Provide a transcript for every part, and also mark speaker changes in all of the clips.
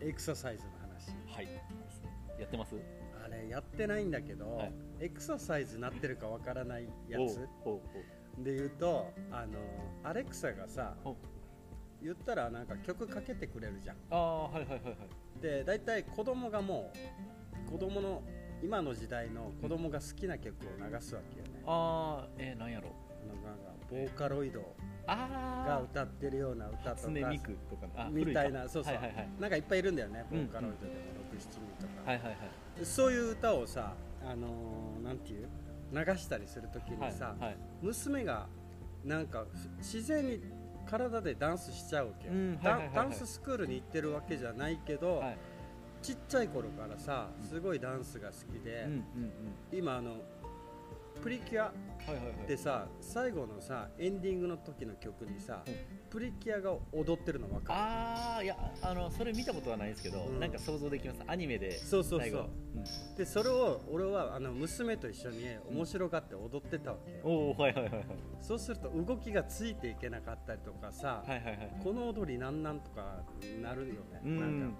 Speaker 1: エクササイズの話
Speaker 2: はいやってます
Speaker 1: あれやってないんだけど、
Speaker 2: はい
Speaker 1: エクササイズなってるかわからないやつ
Speaker 2: おうおう
Speaker 1: で言うとあのアレクサがさ
Speaker 2: おう
Speaker 1: 言ったらなんか曲かけてくれるじゃん
Speaker 2: おああはいはいはいはい
Speaker 1: で大体子供がもう子供の今の時代の子供が好きな曲を流すわけよね、
Speaker 2: ああえー、なんやろ
Speaker 1: あのなんかボーカロイドが
Speaker 2: あ
Speaker 1: 歌ってるような歌と
Speaker 3: 初
Speaker 1: か
Speaker 3: 音ミクとか
Speaker 2: あ
Speaker 3: の
Speaker 1: みたいなそう
Speaker 2: は
Speaker 1: そう、
Speaker 2: いはいはい
Speaker 1: なんかいっぱいいるんだよね
Speaker 2: う
Speaker 1: ボ
Speaker 2: ん
Speaker 1: ーカロイドでも67人とか、
Speaker 2: あはいはいはい
Speaker 1: そういう歌をさ、あのーなんていう流したりするときに
Speaker 2: はい
Speaker 1: さ、
Speaker 2: はい
Speaker 1: 娘がなんかふ自然に体でダンスしちゃうわけよ、
Speaker 2: うん
Speaker 1: ダ
Speaker 2: はいはいはいはい
Speaker 1: ダンススクールに行ってるわけじゃないけど、
Speaker 2: はい
Speaker 1: ちっちゃい頃からさすごいダンスが好きで、
Speaker 2: うんうん
Speaker 1: 今あのプリキュア
Speaker 2: うんはいはいはい
Speaker 1: でさ最後のさエンディングの時の曲にさ、
Speaker 2: うん
Speaker 1: プリキュアが踊ってるの分かる
Speaker 2: ああいやあのそれ見たことはないですけど、
Speaker 1: うん
Speaker 2: なんか想像できますアニメで
Speaker 1: そうそう
Speaker 2: 最
Speaker 1: そ
Speaker 2: 後
Speaker 1: うでそれを俺はあの娘と一緒に面白がって踊ってたわけ、
Speaker 2: うん、おおはいはいはいはい
Speaker 1: そうすると動きがついていけなかったりとかさ、
Speaker 2: はいはいはい
Speaker 1: この踊りなんなんとかなるよね、
Speaker 2: うん
Speaker 1: なん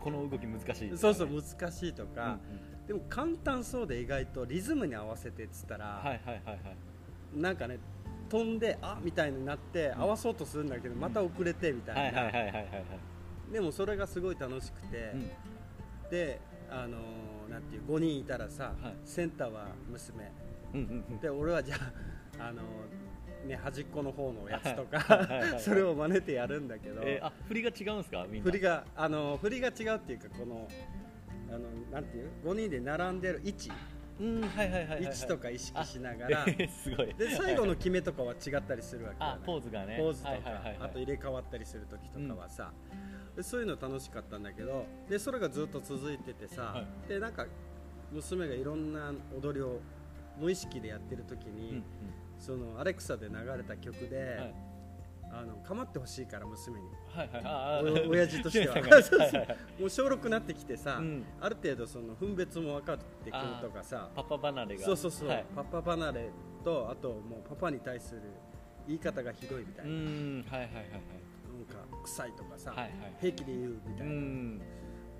Speaker 2: この動き難しいですね
Speaker 1: かそうそう難しいと
Speaker 2: うんうん
Speaker 1: か、でも簡単そうで意外とリズムに合わせてっつったら、
Speaker 2: はいはいはいはい
Speaker 1: なんかね飛んであみたいになって
Speaker 2: ん
Speaker 1: 合わそうとするんだけどまた遅れてみた
Speaker 2: はいい
Speaker 1: な、
Speaker 2: はいはいはいはいはい
Speaker 1: でもそれがすごい楽しくて、
Speaker 2: うん
Speaker 1: であのーなんていう5人いたらさ、
Speaker 2: はい
Speaker 1: センターは娘
Speaker 2: うんうんうん
Speaker 1: で俺はじゃあ、あのーね、端っこの方のやつと
Speaker 2: はいはいはいは
Speaker 1: か
Speaker 2: い
Speaker 1: それを真似てやるんだけど、
Speaker 2: えー、あ振りが違うんですかみんな
Speaker 1: 振りがあのー振りが違うっていうかこのあのなんていう5人で並んでる位置
Speaker 2: うんはいはいはいはい、
Speaker 1: 位
Speaker 2: はい、
Speaker 1: 置とか意識しながら
Speaker 2: えーすごい
Speaker 1: で最後の決めとかは違ったりするわけだよ
Speaker 2: あ
Speaker 1: ね
Speaker 2: ポーズがね
Speaker 1: ポーズとか、
Speaker 2: はいはいはいはい、
Speaker 1: あと入れ替わったりする時とかはさ、でそういうの楽しかったんだけどでそれがずっと続いててさ、
Speaker 2: は
Speaker 1: でなんか娘がいろんな踊りを無意識でやってる時に、
Speaker 2: うんうん
Speaker 1: そのアレクサで流れた曲で、
Speaker 2: はい
Speaker 1: あの構ってほしいから娘に
Speaker 2: はいはいああ
Speaker 1: お親父と しては
Speaker 2: ジュニアさん
Speaker 1: そう
Speaker 2: がはいは
Speaker 1: そう
Speaker 2: いはい
Speaker 1: もう小6になってきてさ、
Speaker 2: うん
Speaker 1: ある程度その分別も分かってくるとかさ
Speaker 2: パパ離れが
Speaker 1: そうそうそう、
Speaker 2: はい、
Speaker 1: パパ離れとあともうパパに対する言い方がひどいみたいうな、
Speaker 2: んはいはいはい
Speaker 1: なんか臭いとかさ、
Speaker 2: はいはいはい
Speaker 1: 平気で言うみ
Speaker 2: う
Speaker 1: たいな、
Speaker 2: ん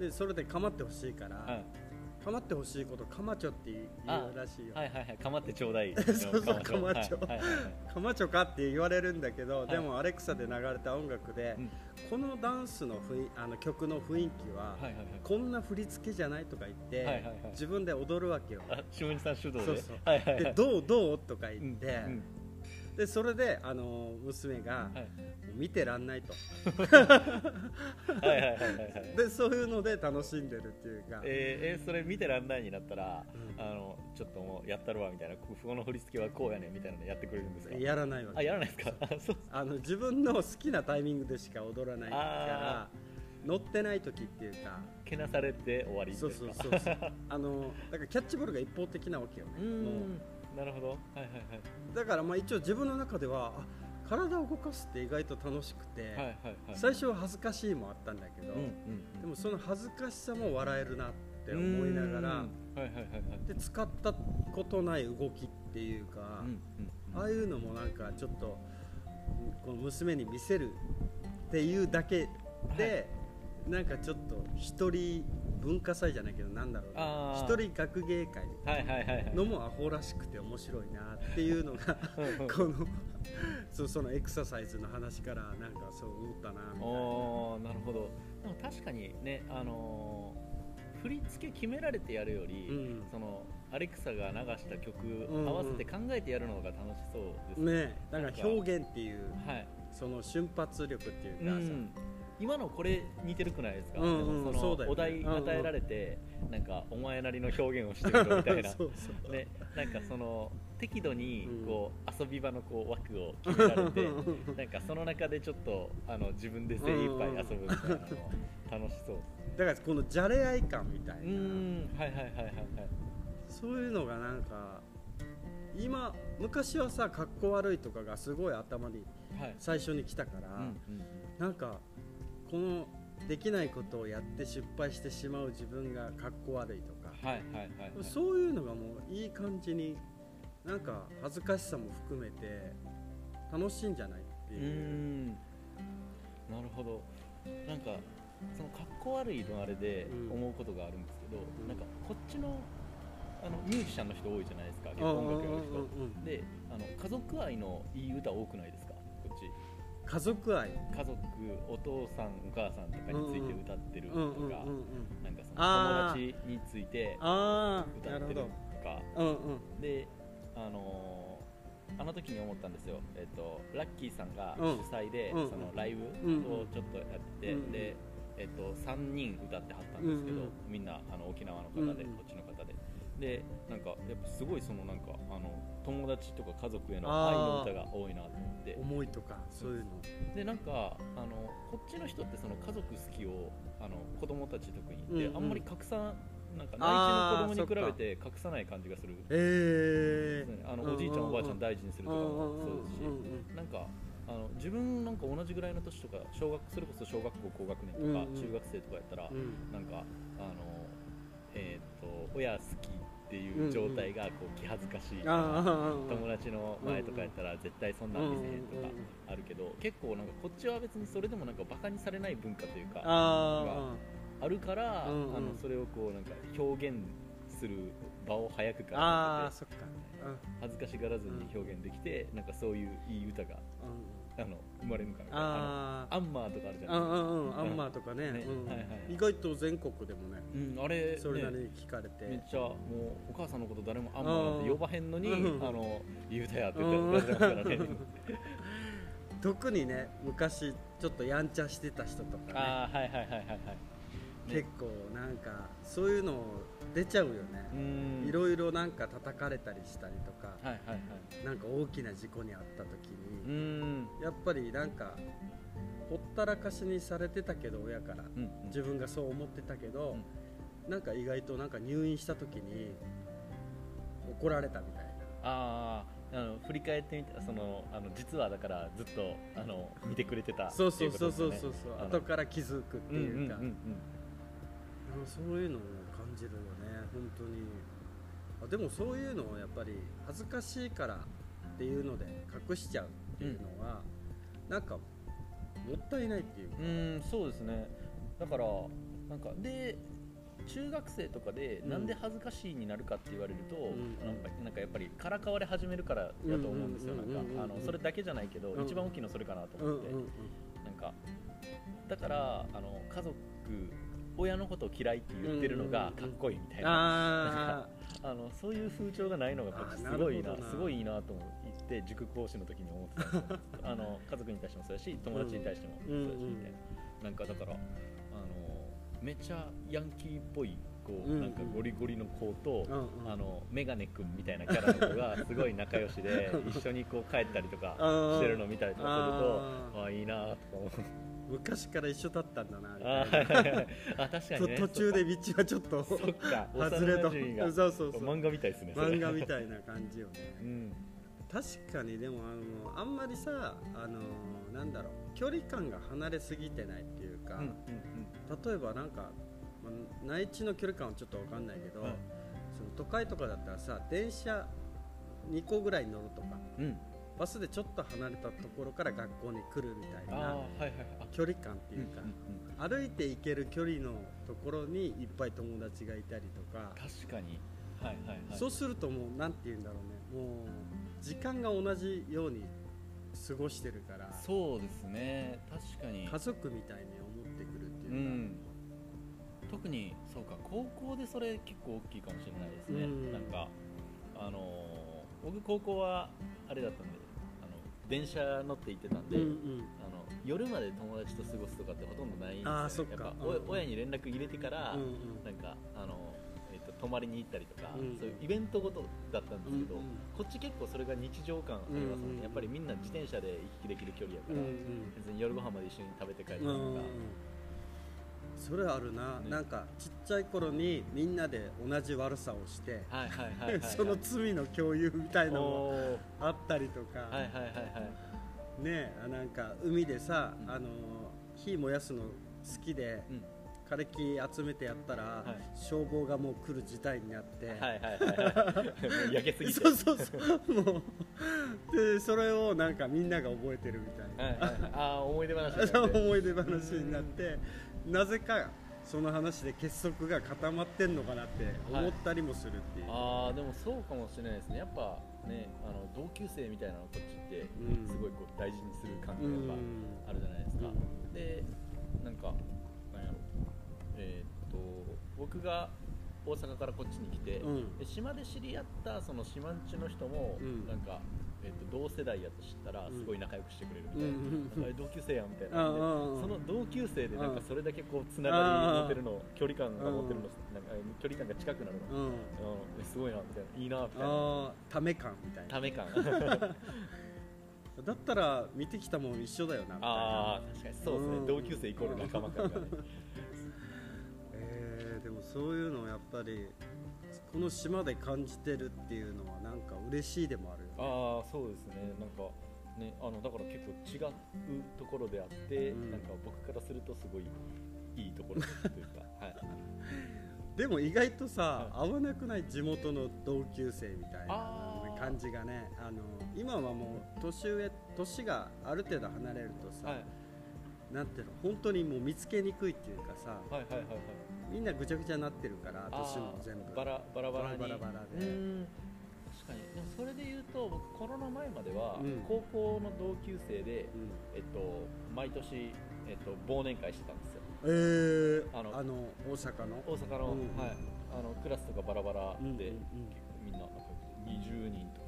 Speaker 1: でそれで構ってほしいから、
Speaker 2: はい
Speaker 1: 構ってほしいことかまちょって言う
Speaker 2: あ
Speaker 1: らしいよ、
Speaker 2: はいはいはいかまってちょうだい
Speaker 1: そうそう
Speaker 2: かまちょ
Speaker 1: かまちょ
Speaker 2: はいはいはいはい
Speaker 1: かまちょかって言われるんだけど、
Speaker 2: い
Speaker 1: でもアレクサで流れた音楽で、
Speaker 2: うん
Speaker 1: このダンスの雰囲あの曲の雰囲気は、
Speaker 2: はいはいはい
Speaker 1: こんな振り付けじゃないとか言って、
Speaker 2: はいはいはい
Speaker 1: 自分で踊るわけよ
Speaker 2: あ下地さん主導で
Speaker 1: そうそう
Speaker 2: はいはいはい
Speaker 1: でどうどうとか
Speaker 2: う
Speaker 1: 言っ
Speaker 2: ん
Speaker 1: て、
Speaker 2: うん
Speaker 1: でそれであの娘が、
Speaker 2: はい
Speaker 1: 見てらんないと
Speaker 2: はいはいはいはいはい
Speaker 1: でそういうので楽しんでるっていうか、
Speaker 2: えーえーそれ見てらんないになったら、
Speaker 1: うん
Speaker 2: あのちょっともうやったるわみたいなここの振り付けはこうやねんみたいなのやってくれるんですか
Speaker 1: やらないわけ
Speaker 2: あやらないですかあ そう
Speaker 1: あの自分の好きなタイミングでしか踊らないから
Speaker 2: あ
Speaker 1: 乗ってない時っていうか
Speaker 2: けなされて終わりです
Speaker 1: そ
Speaker 2: か
Speaker 1: うそうそ うそうあのだからキャッチボールが一方的なわけよね
Speaker 2: う
Speaker 1: も
Speaker 2: んなるほどはいはいはいう
Speaker 1: だからまあ一応自分の中ではあ体を動かすって意外と楽しくて、
Speaker 2: はいはいはい
Speaker 1: 最初は恥ずかしいもあったんだけど、
Speaker 2: うんうん
Speaker 1: でもその恥ずかしさも笑えるなって思いながら
Speaker 2: うんはいはいはいはい
Speaker 1: で使ったことない動きっていうか、ああいうのもなんかちょっとうんこの娘に見せるっていうだけで、なんかちょっと一人文化祭じゃないけどなんだろうな
Speaker 2: あー
Speaker 1: 一人学芸会
Speaker 2: はいはいはいはい
Speaker 1: のもアホらしくて面白いなっていうの が
Speaker 2: うんうん
Speaker 1: このそうそのエクササイズの話からなんかそう思ったなみたいな。
Speaker 2: おーなるほどでも確かにねあのー振り付け決められてやるより、
Speaker 1: うん
Speaker 2: そのアレクサが流した曲
Speaker 1: うん
Speaker 2: 合わせて考えてやるのが楽しそうですね、
Speaker 1: ねえ、なんか表現っていう
Speaker 2: はい、
Speaker 1: その瞬発力っていう
Speaker 2: う
Speaker 1: かさ、
Speaker 2: ん、今のこれ似てるくないですか、
Speaker 1: うんうん
Speaker 2: でも
Speaker 1: そ
Speaker 2: そ
Speaker 1: う
Speaker 2: の
Speaker 1: だよね
Speaker 2: お題与えられて、なんかお前なりの表現をしてるみたいな
Speaker 1: そうそう、
Speaker 2: ね、なんかその適度に
Speaker 1: うん
Speaker 2: こう遊び場のこう枠を決められて
Speaker 1: う ん
Speaker 2: なんかその中でちょっとあの自分で精一杯遊ぶみたいなのも楽しそう
Speaker 1: だからこのじゃれ合い感みたいな、
Speaker 2: うんはいはいはいはいはい
Speaker 1: そういうのがなんか今昔はさかっこ悪いとかがすごい頭に
Speaker 2: はい
Speaker 1: 最初に来たから、
Speaker 2: うんうん
Speaker 1: なんかこのできないことをやって失敗してしまう自分がかっこ悪いとか、
Speaker 2: はいはいはいはい
Speaker 1: そういうのがもういい感じになんか恥ずかしさも含めて楽しいんじゃないって
Speaker 2: う
Speaker 1: いう、
Speaker 2: んなるほどなんかそのかっこ悪いのあれで
Speaker 1: うん
Speaker 2: 思うことがあるんですけど、
Speaker 1: うん
Speaker 2: なんかこっちのあのミュージシャンの人多いじゃないですか
Speaker 1: うんうん
Speaker 2: 音楽や
Speaker 1: うん
Speaker 2: る
Speaker 1: うんうん
Speaker 2: 人であの家族愛のいい歌多くないですかこっち
Speaker 1: 家族愛
Speaker 2: 家族お父さんお母さんとかについて歌ってる
Speaker 1: う
Speaker 2: と
Speaker 1: ん
Speaker 2: か、
Speaker 1: うんうんうん
Speaker 2: なんかそ
Speaker 1: あ
Speaker 2: の友達について
Speaker 1: ああ
Speaker 2: 歌
Speaker 1: な
Speaker 2: って
Speaker 1: るほ
Speaker 2: る
Speaker 1: ど
Speaker 2: とか
Speaker 1: うんうん
Speaker 2: であのーあの時に思ったんですよ、えっと、ラッキーさんが
Speaker 1: う
Speaker 2: 主
Speaker 1: ん
Speaker 2: 催で、
Speaker 1: うん
Speaker 2: そのライブ
Speaker 1: うん
Speaker 2: をちょっとやって、
Speaker 1: うん
Speaker 2: で、えっと、3人歌ってはったんですけど、
Speaker 1: うん
Speaker 2: みんなあの沖縄の方で、
Speaker 1: うん
Speaker 2: こっちの方で。でなんかやっぱすごいそのなんかあの友達とか家族への愛の
Speaker 1: あー
Speaker 2: 歌が多いなと思って
Speaker 1: 思いとかそういうの
Speaker 2: でなんかあのこっちの人ってその家族好きをあの子供たち特に言って、
Speaker 1: うんうん
Speaker 2: あんまり隠さなんか
Speaker 1: あ
Speaker 2: 内地の
Speaker 1: ー
Speaker 2: 子供に
Speaker 1: そ
Speaker 2: 比
Speaker 1: っか
Speaker 2: べて隠さない感じがする
Speaker 1: ええ
Speaker 2: あのおじいちゃんおばあちゃん大事にするとかもそうです
Speaker 1: うんうんうん
Speaker 2: しなんかあの自分なんか同じぐらいの年とか小学それこそ小学校高学年とか
Speaker 1: うんうん
Speaker 2: 中学生とかやったら
Speaker 1: うんうん
Speaker 2: なんかあのえーと親好きっていう状態がこう気恥ずかしい
Speaker 1: ああああああ
Speaker 2: 友達の前とかやったら絶対そんなん見せへんとかあるけど結構なんかこっちは別にそれでもなんかバカにされない文化というか
Speaker 1: あ
Speaker 2: あるからあ
Speaker 1: うんうん
Speaker 2: のそれをこうなんか表現する場を早く
Speaker 1: あ
Speaker 2: から
Speaker 1: あ
Speaker 2: 作
Speaker 1: あ
Speaker 2: って
Speaker 1: そっか
Speaker 2: 恥ずかしがらずに表現できて、なんかそういういい歌が
Speaker 1: うんうん
Speaker 2: あの生まれるのかな
Speaker 1: あ
Speaker 2: のアンマーとかあるじゃ
Speaker 1: あう
Speaker 2: ないで
Speaker 1: んうんうんアンマーとかね
Speaker 2: ね
Speaker 1: うん
Speaker 2: はいはい
Speaker 1: 意外と全国でもね
Speaker 2: すか、うん、あれ、ね、
Speaker 1: それなりに聞かれ
Speaker 2: めってちゃもうお母さんのこと誰もアンマーなんて呼ばへんのに、
Speaker 1: うん
Speaker 2: あのいい歌やって
Speaker 1: う
Speaker 2: 言
Speaker 1: ん
Speaker 2: ってた からね、
Speaker 1: 特にね昔ちょっとやんちゃしてた人とか
Speaker 2: ああはいはいはいはいはい
Speaker 1: ね結構なんかそういうの出ちゃうよね
Speaker 2: うん
Speaker 1: いろいろなんか叩かれたりしたりとか
Speaker 2: はいはいはい
Speaker 1: なんか大きな事故に遭った時
Speaker 2: う
Speaker 1: に
Speaker 2: ん
Speaker 1: やっぱりなんかほったらかしにされてたけど親から
Speaker 2: うん
Speaker 1: 自分がそう思ってたけど、なんか意外となんか入院した時に怒られたみたい
Speaker 2: あーあの振り返ってみてそのあの実はだからずっとあの見てくれてた
Speaker 1: なそうそうそうそう
Speaker 2: っていこと
Speaker 1: そうう
Speaker 2: です
Speaker 1: そう、
Speaker 2: ねあの
Speaker 1: 後から気づくって
Speaker 2: うんうん
Speaker 1: いう
Speaker 2: うん
Speaker 1: か、
Speaker 2: うん
Speaker 1: あのそういうのを感じるよね本当にあでもそういうのをやっぱり恥ずかしいからっていうので隠しちゃうっていうのは、なんかもったいないっていうか
Speaker 2: うーんそうですねだからなんかで中学生とかで
Speaker 1: うん
Speaker 2: なんで恥ずかしいになるかって言われると、
Speaker 1: ん
Speaker 2: なんかなんかやっぱりからかわれ始めるからだと思うんですよ
Speaker 1: うん
Speaker 2: な
Speaker 1: うんんうんうん
Speaker 2: かあのそれだけじゃないけど、
Speaker 1: うん
Speaker 2: 一番大きいのそれかなと
Speaker 1: うんう
Speaker 2: 思
Speaker 1: ん
Speaker 2: って、なんかだからあの家族親のことを嫌いって言ってるのが
Speaker 1: うん
Speaker 2: かっ
Speaker 1: うんうん
Speaker 2: こいいみた
Speaker 1: う
Speaker 2: い
Speaker 1: ん
Speaker 2: な、
Speaker 1: あ
Speaker 2: あのそういう風潮がないのがこっちす
Speaker 1: あー
Speaker 2: ごい
Speaker 1: な
Speaker 2: な
Speaker 1: るほどな
Speaker 2: すごいいいなと思って塾講師の時に思ってたんですよ あの家族に対してもそうやし友達に対してもそうやしみたいな,、なんかだからあのめっちゃヤンキーっぽいこう、
Speaker 1: うんうん
Speaker 2: なんかゴリゴリの子と、
Speaker 1: あうん うん
Speaker 2: あのメガネくんみたいなキャラの子がすごい仲良し で一緒にこう帰ったりとか
Speaker 1: あー
Speaker 2: してるのを見たりとかする
Speaker 1: あ
Speaker 2: とあいいなとか思って
Speaker 1: 昔から一緒だったんだなみた
Speaker 2: あ
Speaker 1: いな
Speaker 2: ーあ確かにね
Speaker 1: と途中で道はちょっと
Speaker 2: そっか
Speaker 1: 外れ
Speaker 2: 幼
Speaker 1: と
Speaker 2: 馴染が
Speaker 1: そうそうそう
Speaker 2: 漫画みたいですねそれ
Speaker 1: 漫画みたいな感じよね
Speaker 2: うん
Speaker 1: 確かにでもあのあんまりさあのなんだろう距離感が離れすぎてないっていうか、
Speaker 2: うんうん
Speaker 1: 例えばなんか、まあ内地の距離感はちょっと分かんないけど、
Speaker 2: はい
Speaker 1: その都会とかだったらさ電車2個ぐらい乗るとか
Speaker 2: うんうん
Speaker 1: バスでちょっと離れたところから学校に来るみたい
Speaker 2: ああ
Speaker 1: な
Speaker 2: はいはいはいあ
Speaker 1: 距離感っていうか、
Speaker 2: んん
Speaker 1: 歩いて行ける距離のところにいっぱい友達がいたりとか、
Speaker 2: 確かにはいはいはい
Speaker 1: そうするともうなんて言うんだろうねもう時間が同じように過ごしてるから
Speaker 2: そうですね確かに
Speaker 1: 家族みたいに思ってくるっていううか、
Speaker 2: ん特にそうか高校でそれ結構大きいかもしれないですね、
Speaker 1: うん
Speaker 2: なんかあのー僕高校はあれだったんであの電車乗って行ってたんで、
Speaker 1: うんうん
Speaker 2: あの夜まで友達と過ごすとかってほとんどないんですよ、ね、
Speaker 1: あーそっか
Speaker 2: やっぱ、
Speaker 1: うん
Speaker 2: お親に連絡入れてから、
Speaker 1: うんうん
Speaker 2: なんかあの、えっと泊まりに行ったりとか、
Speaker 1: うん
Speaker 2: そういうイベントごとだったんですけど、
Speaker 1: うんうん
Speaker 2: こっち結構それが日常感ありますもんね、
Speaker 1: うんうん
Speaker 2: やっぱりみんな自転車で行き来できる距離やから、別に夜ご飯まで一緒に食べて帰ったり
Speaker 1: うん
Speaker 2: とか、
Speaker 1: うんうんそれあるな、
Speaker 2: ね
Speaker 1: なんかちっちゃい頃にみんなで同じ悪さをして、
Speaker 2: はいはいはいはい、はい、
Speaker 1: その罪の共有みたいのも
Speaker 2: おー
Speaker 1: あったりとか、
Speaker 2: はいはいはいはい
Speaker 1: ねなんか海でさ、
Speaker 2: うん
Speaker 1: あの火燃やすの好きで、
Speaker 2: うん
Speaker 1: 枯れ木集めてやったら、
Speaker 2: い
Speaker 1: 消防がもう来る事態になって、
Speaker 2: はいはいはい はい焼けすぎて
Speaker 1: そうそうそうもうでそれをなんかみんなが覚えてるみたいな、
Speaker 2: はいはいはいああ思い出話に
Speaker 1: そ
Speaker 2: なっ
Speaker 1: う
Speaker 2: て
Speaker 1: 思い出話になってなぜかその話で結束が固まってんのかなって思ったりもするっていう、
Speaker 2: ああでもそうかもしれないですねやっぱねあの同級生みたいなのこっちって
Speaker 1: うん
Speaker 2: すごいこう大事にする感
Speaker 1: う
Speaker 2: じ
Speaker 1: ん
Speaker 2: がやっぱあるじゃないですか、
Speaker 1: う
Speaker 2: でなんかなんやろえーっと僕が大阪からこっちに来て、
Speaker 1: うん
Speaker 2: で島で知り合ったその島んちの人も、
Speaker 1: うん
Speaker 2: なんか、えーっと同世代やと知ったら
Speaker 1: うん
Speaker 2: すごい仲良くしてくれるみたいな,、
Speaker 1: うんうんうん
Speaker 2: なんかえ同級生やんみたい
Speaker 1: あああ
Speaker 2: なで
Speaker 1: あ
Speaker 2: その同級生でなん
Speaker 1: ああ
Speaker 2: かそれだけこうつながり持てるの距離感が持てるのなんか距離感が近くなるの
Speaker 1: うん
Speaker 2: うん、すごいなみたいないいなみたいな
Speaker 1: あーため感みたいな
Speaker 2: ため感あ
Speaker 1: だったら見てきたもん一緒だよなみたいな
Speaker 2: あ確かにそうですね、
Speaker 1: うん
Speaker 2: 同級生イコール仲間感がね、
Speaker 1: えーでもそういうのをやっぱりこの島で感じてるっていうのはなんか嬉しいでもあるよね
Speaker 2: ああそうですねなんかねあのだから結構違うところであって、
Speaker 1: うん
Speaker 2: なんか僕からするとすごいいいところという かはい
Speaker 1: でも意外とさ、合わなくない地元の同級生みたいな
Speaker 2: あー
Speaker 1: 感じがねあの今はもう年上年がある程度離れるとさ、
Speaker 2: はい
Speaker 1: なんていうの本当にもう見つけにくいっていうかさ
Speaker 2: はいはいはいはい
Speaker 1: みんなぐちゃぐちゃになってるから
Speaker 2: あー
Speaker 1: 年も全部
Speaker 2: バラバラバラに
Speaker 1: バラバラ
Speaker 2: う
Speaker 1: で、
Speaker 2: ん確かにでもそれで言うと僕コロナ前までは、
Speaker 1: うん
Speaker 2: 高校の同級生で、
Speaker 1: うん
Speaker 2: えっと、毎年、えっと、忘年会してたんですよ
Speaker 1: えー、あ
Speaker 2: あ
Speaker 1: の
Speaker 2: の
Speaker 1: 大阪の
Speaker 2: 大阪の,、
Speaker 1: うん
Speaker 2: はい、あのクラスとかバラバラで、
Speaker 1: うんうんうん
Speaker 2: 結構みんな仲良くて20人とか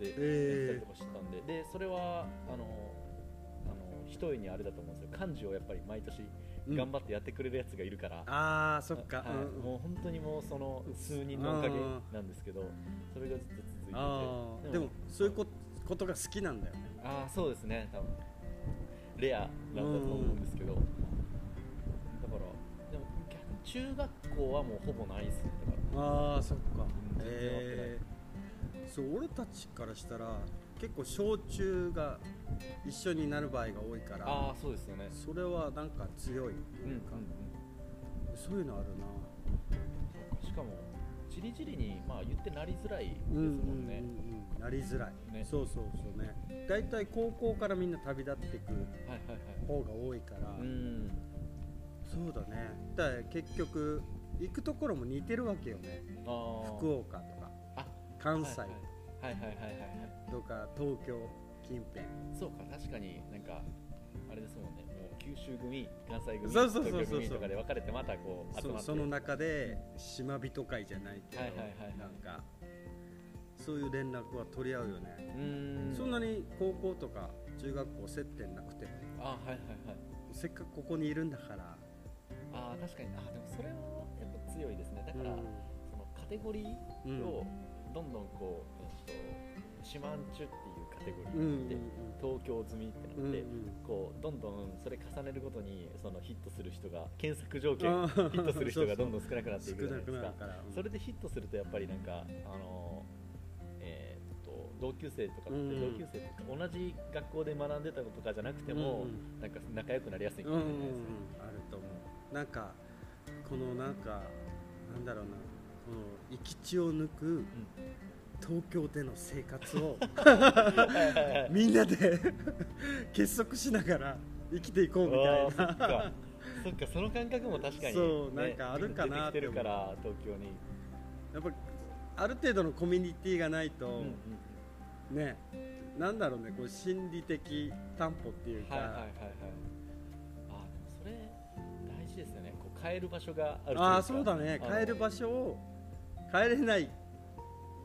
Speaker 2: で、
Speaker 1: えー
Speaker 2: やったりとかしてたんででそれはあのあのひとえにあれだと思うんですよ漢字をやっぱり毎年
Speaker 1: うん
Speaker 2: 頑張ってやってくれるやつがいるから、
Speaker 1: ああそっか、
Speaker 2: はい
Speaker 1: うんうん
Speaker 2: もう本当にもうその数人のおかげなんですけどそれがずっと続いてて
Speaker 1: あーでもそういうこことが好きなんだよね
Speaker 2: ああそうですね多分レアなんだと思うんですけど、だからでも逆に中学校はもうほぼないですねだから
Speaker 1: ああそっか
Speaker 2: 全然
Speaker 1: えーそう俺たちからしたら結構小中が一緒になる場合が多いから
Speaker 2: ああそうですよね
Speaker 1: それはなんか強いって
Speaker 2: うんう
Speaker 1: い
Speaker 2: ん
Speaker 1: うか、そういうのあるな
Speaker 2: うんしかもじりじりにまあ言ってなりづらいです
Speaker 1: う
Speaker 2: も
Speaker 1: んうん
Speaker 2: んね、
Speaker 1: うんうんなりづらい、
Speaker 2: ね
Speaker 1: そうそうそうね大体高校からみんな旅立っていく
Speaker 2: はいはい
Speaker 1: 方が多いから、
Speaker 2: はいうん
Speaker 1: そうだねだから結局行くところも似てるわけよね
Speaker 2: あー
Speaker 1: 福岡とか
Speaker 2: あ
Speaker 1: 関西
Speaker 2: はいはいはいはいはいはいはい
Speaker 1: とか東京近辺
Speaker 2: そうか確かになんかあれですもんねもう九州組関西組
Speaker 1: そうそうそうそう
Speaker 2: 東京組とかで分かれてまたこう集まっ
Speaker 1: そ
Speaker 2: て
Speaker 1: その中で島人会じゃないけど、
Speaker 2: はいはいはいはい
Speaker 1: なんかそういう連絡は取り合うよね、
Speaker 2: うん
Speaker 1: そんなに高校とか中学校接点なくて
Speaker 2: あはいはいはい
Speaker 1: せっかくここにいるんだから
Speaker 2: あー確かにあーでもそれはやっぱ強いですねだから、そのカテゴリー
Speaker 1: うん
Speaker 2: をどんどんこう、えっと、シマンチュっていうカテゴリ
Speaker 1: うんう
Speaker 2: ー
Speaker 1: ん
Speaker 2: で、東京済みって
Speaker 1: うん
Speaker 2: なっ
Speaker 1: うん
Speaker 2: て、こうどんどんそれ重ねるごとにそのヒットする人が検索条件
Speaker 1: あー
Speaker 2: ヒットする人がどんどん少なくなって
Speaker 1: 少
Speaker 2: いくじゃな
Speaker 1: ない
Speaker 2: です
Speaker 1: くな
Speaker 2: か
Speaker 1: るから
Speaker 2: それでヒットするとやっぱりなんかあのーえーっと同級生とかって、
Speaker 1: うん
Speaker 2: 同級生とか同じ学校で学んでたことかじゃなくても、
Speaker 1: うん
Speaker 2: なんか仲良くなりやすい
Speaker 1: うん
Speaker 2: みたいな
Speaker 1: うん
Speaker 2: や
Speaker 1: うん
Speaker 2: つ
Speaker 1: あると思うなんかこのなんかなんだろうなこの行き地を抜く東京での生活 を
Speaker 2: はいはいはい
Speaker 1: みんなで 結束しながら生きていこうみたいな
Speaker 2: あーそ っか そっかその感覚も確かに、
Speaker 1: そうなんかあるかなって思
Speaker 2: 出てき
Speaker 1: う
Speaker 2: てるから東京に、
Speaker 1: やっぱある程度のコミュニティがないと、
Speaker 2: うんうん
Speaker 1: ねなんだろうねこう心理的担保っていうか、
Speaker 2: はいはいはいはいあーでもそれ大事ですよねこう変える場所があるといか
Speaker 1: ああそうだね
Speaker 2: あの
Speaker 1: 帰る場所を帰れない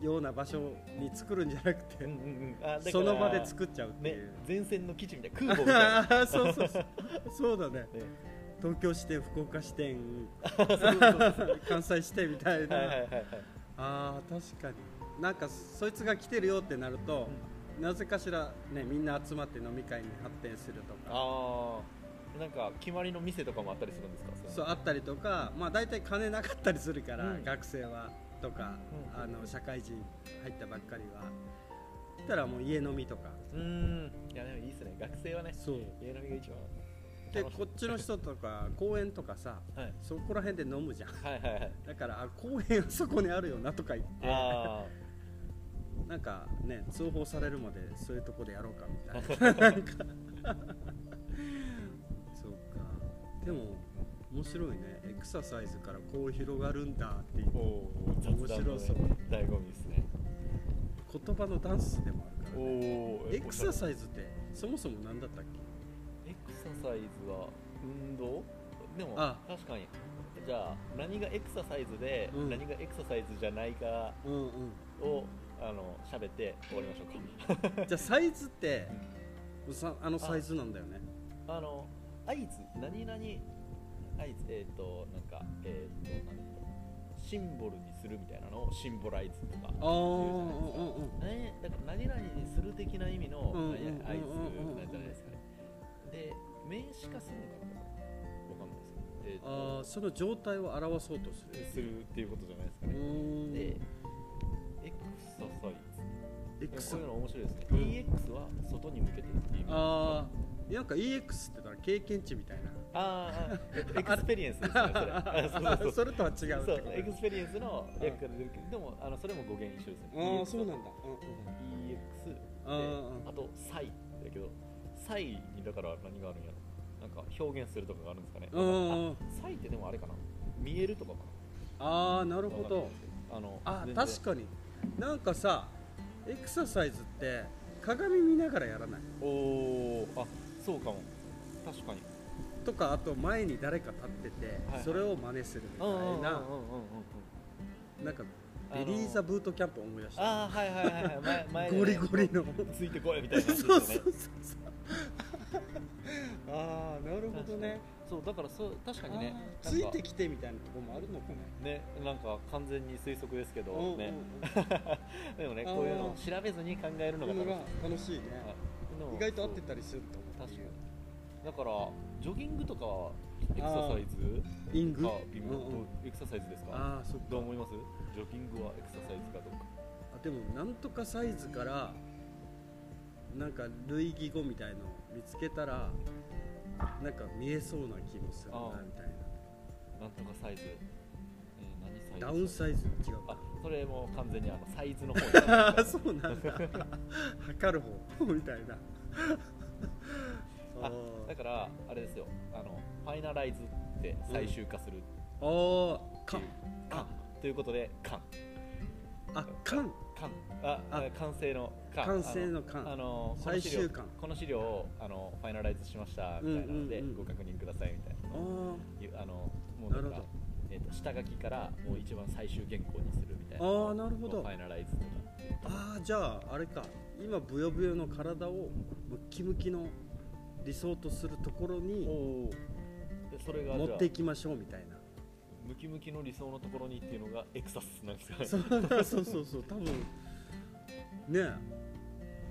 Speaker 1: ような場所に作るんじゃなくて、
Speaker 2: うんうんうんあだから
Speaker 1: その場で作っちゃうってい
Speaker 2: ね
Speaker 1: う、
Speaker 2: 前線の基地みたいな空母みたい な、
Speaker 1: ああ そうそうそうそうだね
Speaker 2: ね
Speaker 1: 東京支店福岡支店
Speaker 2: そうそうそう
Speaker 1: 関西支店みたいな、
Speaker 2: はいはいはいはい
Speaker 1: あー確かになんかそいつが来てるよってなると、なぜかしらねみんな集まって飲み会に発展するとか
Speaker 2: ああなんか決まりの店とかもあったりするんですかれ
Speaker 1: そうあったりとか、まあ、大体金なかったりするから、
Speaker 2: うん
Speaker 1: 学生はとか、
Speaker 2: うん
Speaker 1: あの社会人入ったばっかりはしたらもう家飲みとか
Speaker 2: うーんいやでもいいですね学生はね
Speaker 1: そう
Speaker 2: 家飲みが一番
Speaker 1: でこっちの人とか公園とかさ
Speaker 2: はい
Speaker 1: そこら辺で飲むじゃん
Speaker 2: はいはいはい
Speaker 1: だからあ公園あそこにあるよなとか言って
Speaker 2: あ
Speaker 1: なんかね通報されるまでそういうとこでやろうかみたいななんか そうかでも面白いねエクササイズからこう広がるんだっていう
Speaker 2: ーおー雑談の、
Speaker 1: 面白
Speaker 2: ね
Speaker 1: そう、
Speaker 2: 醍醐味ですね
Speaker 1: 言葉のダンスでもあるか
Speaker 2: お
Speaker 1: ら、ね、
Speaker 2: お
Speaker 1: エクサ
Speaker 2: イ
Speaker 1: サイズってそもそも何だったっけ
Speaker 2: ズエクササイズは運動でも
Speaker 1: あ
Speaker 2: 確かにじゃあ何がエクササイズで、
Speaker 1: うん
Speaker 2: 何がエクササイズじゃないか
Speaker 1: うんうん
Speaker 2: をあの喋って終わりましょうか
Speaker 1: じゃあサイズってさあのサイズなんだよね
Speaker 2: あの合図何々合図えっ、となんかえっ、となんだろうシンボルにするみたいなのをシンボライズとか
Speaker 1: ああう
Speaker 2: 言
Speaker 1: ん
Speaker 2: うじゃないですか
Speaker 1: うんうん
Speaker 2: ね、だから何々にする的な意味の
Speaker 1: うんうんうんうんうん
Speaker 2: 何々合図なんじゃないですかね。で、名詞化するのかなわかんないですけど、えー
Speaker 1: あーその状態を表そうとする
Speaker 2: とするっていうことじゃないですか
Speaker 1: う
Speaker 2: ね。
Speaker 1: ーん
Speaker 2: で、エ
Speaker 1: エ
Speaker 2: クササイズ。
Speaker 1: ク
Speaker 2: こ
Speaker 1: サ
Speaker 2: ういうの面白いですね。
Speaker 1: うん
Speaker 2: EX は外に向けてっていう意味。
Speaker 1: ああなんか EX ってだから経験値みたいな
Speaker 2: あー、あ ーエクスペリエンスですね、それあ。そうそうそう
Speaker 1: それとは違うって
Speaker 2: そう
Speaker 1: こと
Speaker 2: エクスペリエンスの略から出るけど、でもあのそれも語源一緒ですね。
Speaker 1: ああ
Speaker 2: EX
Speaker 1: そうなんだ
Speaker 2: EX で
Speaker 1: あー
Speaker 2: あと「サイ」だけど「サイ」にだから何があるんやろなんか表現するとかがあるんですかね
Speaker 1: うんうんうん
Speaker 2: あサイ」ってでもあれかな見えるとかか
Speaker 1: ああなる
Speaker 2: なわ
Speaker 1: ほ
Speaker 2: か
Speaker 1: ど
Speaker 2: んないですけどあの
Speaker 1: あ
Speaker 2: 全然
Speaker 1: 確かになんかさエクササイズって鏡見ながらやらない
Speaker 2: おーあそうかも確かに
Speaker 1: とかあと前に誰か立ってて
Speaker 2: はい
Speaker 1: それを真似するみたいな
Speaker 2: うんうんうん
Speaker 1: なんか
Speaker 2: あの
Speaker 1: ベリーザブートキャンプ思い出した
Speaker 2: ああはいはいはいはい前前でね
Speaker 1: ゴリゴリの
Speaker 2: ついてこいみたいな
Speaker 1: そう
Speaker 2: 感じ
Speaker 1: そう
Speaker 2: です
Speaker 1: そう
Speaker 2: よね
Speaker 1: そうああなるほどね
Speaker 2: そうだからそう確かにね
Speaker 1: あーついて
Speaker 2: き
Speaker 1: きてみたいなとこもあるのか
Speaker 2: ね
Speaker 1: ね
Speaker 2: なんか完全に推測ですけど
Speaker 1: うんうん
Speaker 2: ねでもね
Speaker 1: あー
Speaker 2: こういうのを調べずに考えるのが
Speaker 1: うん
Speaker 2: 楽しい
Speaker 1: のが楽しいね
Speaker 2: はいでも
Speaker 1: 意外と合って
Speaker 2: そう
Speaker 1: たりすると思う
Speaker 2: 確かにだからジョギングとかはエクササイズ
Speaker 1: イング
Speaker 2: か微妙、
Speaker 1: うんうん
Speaker 2: エクササイズですか
Speaker 1: ああそっ
Speaker 2: どう
Speaker 1: か
Speaker 2: 思いますジョギングはエクササイズかどうか
Speaker 1: あでもなんとかサイズからなんか類義語みたいの見つけたらなんか見えそうな気もするな
Speaker 2: あー
Speaker 1: みたい
Speaker 2: なんとかサイズ、えー何サイズ
Speaker 1: なダウンサイズ違う
Speaker 2: あ
Speaker 1: か
Speaker 2: それも完全にあのサイズの方に
Speaker 1: あー そうな んだ測る方みたいなあ
Speaker 2: あだからあれですよあのファイナライズって最終化するっ
Speaker 1: あー
Speaker 2: て
Speaker 1: か
Speaker 2: いう、
Speaker 1: あ
Speaker 2: ということで完
Speaker 1: あかん
Speaker 2: 完あ
Speaker 1: あ
Speaker 2: 完成の完
Speaker 1: 完成の完
Speaker 2: あのこの
Speaker 1: 最
Speaker 2: 資料
Speaker 1: 終感
Speaker 2: この資料をあのファイナライズしましたみたいなので、
Speaker 1: うんうんうん
Speaker 2: ご確認くださいみたいな
Speaker 1: あー
Speaker 2: いうあのもうなん
Speaker 1: なる
Speaker 2: か
Speaker 1: ほど、
Speaker 2: えー、と下書きからもう一番最終原稿にするみたいな
Speaker 1: あーなるほど
Speaker 2: ファイナライズとか
Speaker 1: あーじゃああれか今ブヨブヨの体をムッキムキの理想とするところに
Speaker 2: おでそれがじゃ
Speaker 1: 持
Speaker 2: あ
Speaker 1: っていきましょうみたいな
Speaker 2: ムキムキの理想のところにっていうのがエクサスなんですかね
Speaker 1: そうそう そうそう多分ねえ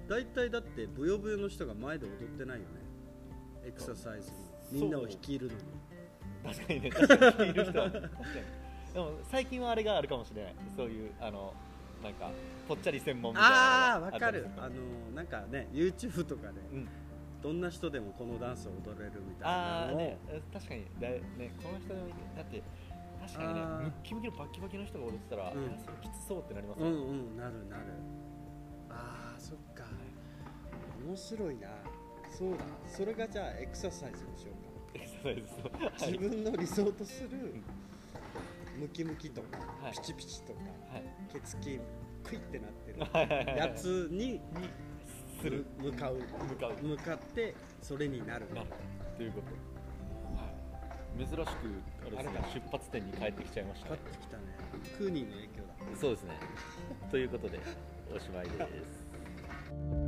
Speaker 1: 大体だってブヨブヨの人が前で踊ってないよねエクササイズにみんなを率いるのに
Speaker 2: 確かにね確かにいる人は確かにでも最近はあれがあるかもしれないそういうあのなんかぽっちゃり専門みたい
Speaker 1: あ
Speaker 2: な
Speaker 1: あ
Speaker 2: のが
Speaker 1: わ
Speaker 2: った
Speaker 1: か
Speaker 2: り
Speaker 1: る
Speaker 2: す
Speaker 1: あのなんかね YouTube とかで
Speaker 2: うん
Speaker 1: どんな人でもこのダンスを踊れるみた
Speaker 2: あ
Speaker 1: いな
Speaker 2: あ
Speaker 1: のを
Speaker 2: ね確かにだねこの人でもいるだって確かにね
Speaker 1: あー
Speaker 2: ムッキムキのバッキバキの人が踊ってたら、
Speaker 1: うん
Speaker 2: いやそれきつそうってなります
Speaker 1: う
Speaker 2: よね、
Speaker 1: んうんなるなるあーそっか面白いなそうだそれがじゃあエクササイズにしよう
Speaker 2: エクササイズ
Speaker 1: か自分の理想とするムキムキとか、
Speaker 2: はい
Speaker 1: ピチピチとか
Speaker 2: は
Speaker 1: ケツ筋クイってなってる
Speaker 2: いはいはい
Speaker 1: やつに
Speaker 2: にする
Speaker 1: む向かう
Speaker 2: 向かう
Speaker 1: 向かってそれになる
Speaker 2: なるということ珍しくあれですね
Speaker 1: あれだ
Speaker 2: 出発点に帰ってきちゃいました
Speaker 1: 勝
Speaker 2: ね
Speaker 1: ってきたねクーニーの影響だ
Speaker 2: そうですねということでおしまいです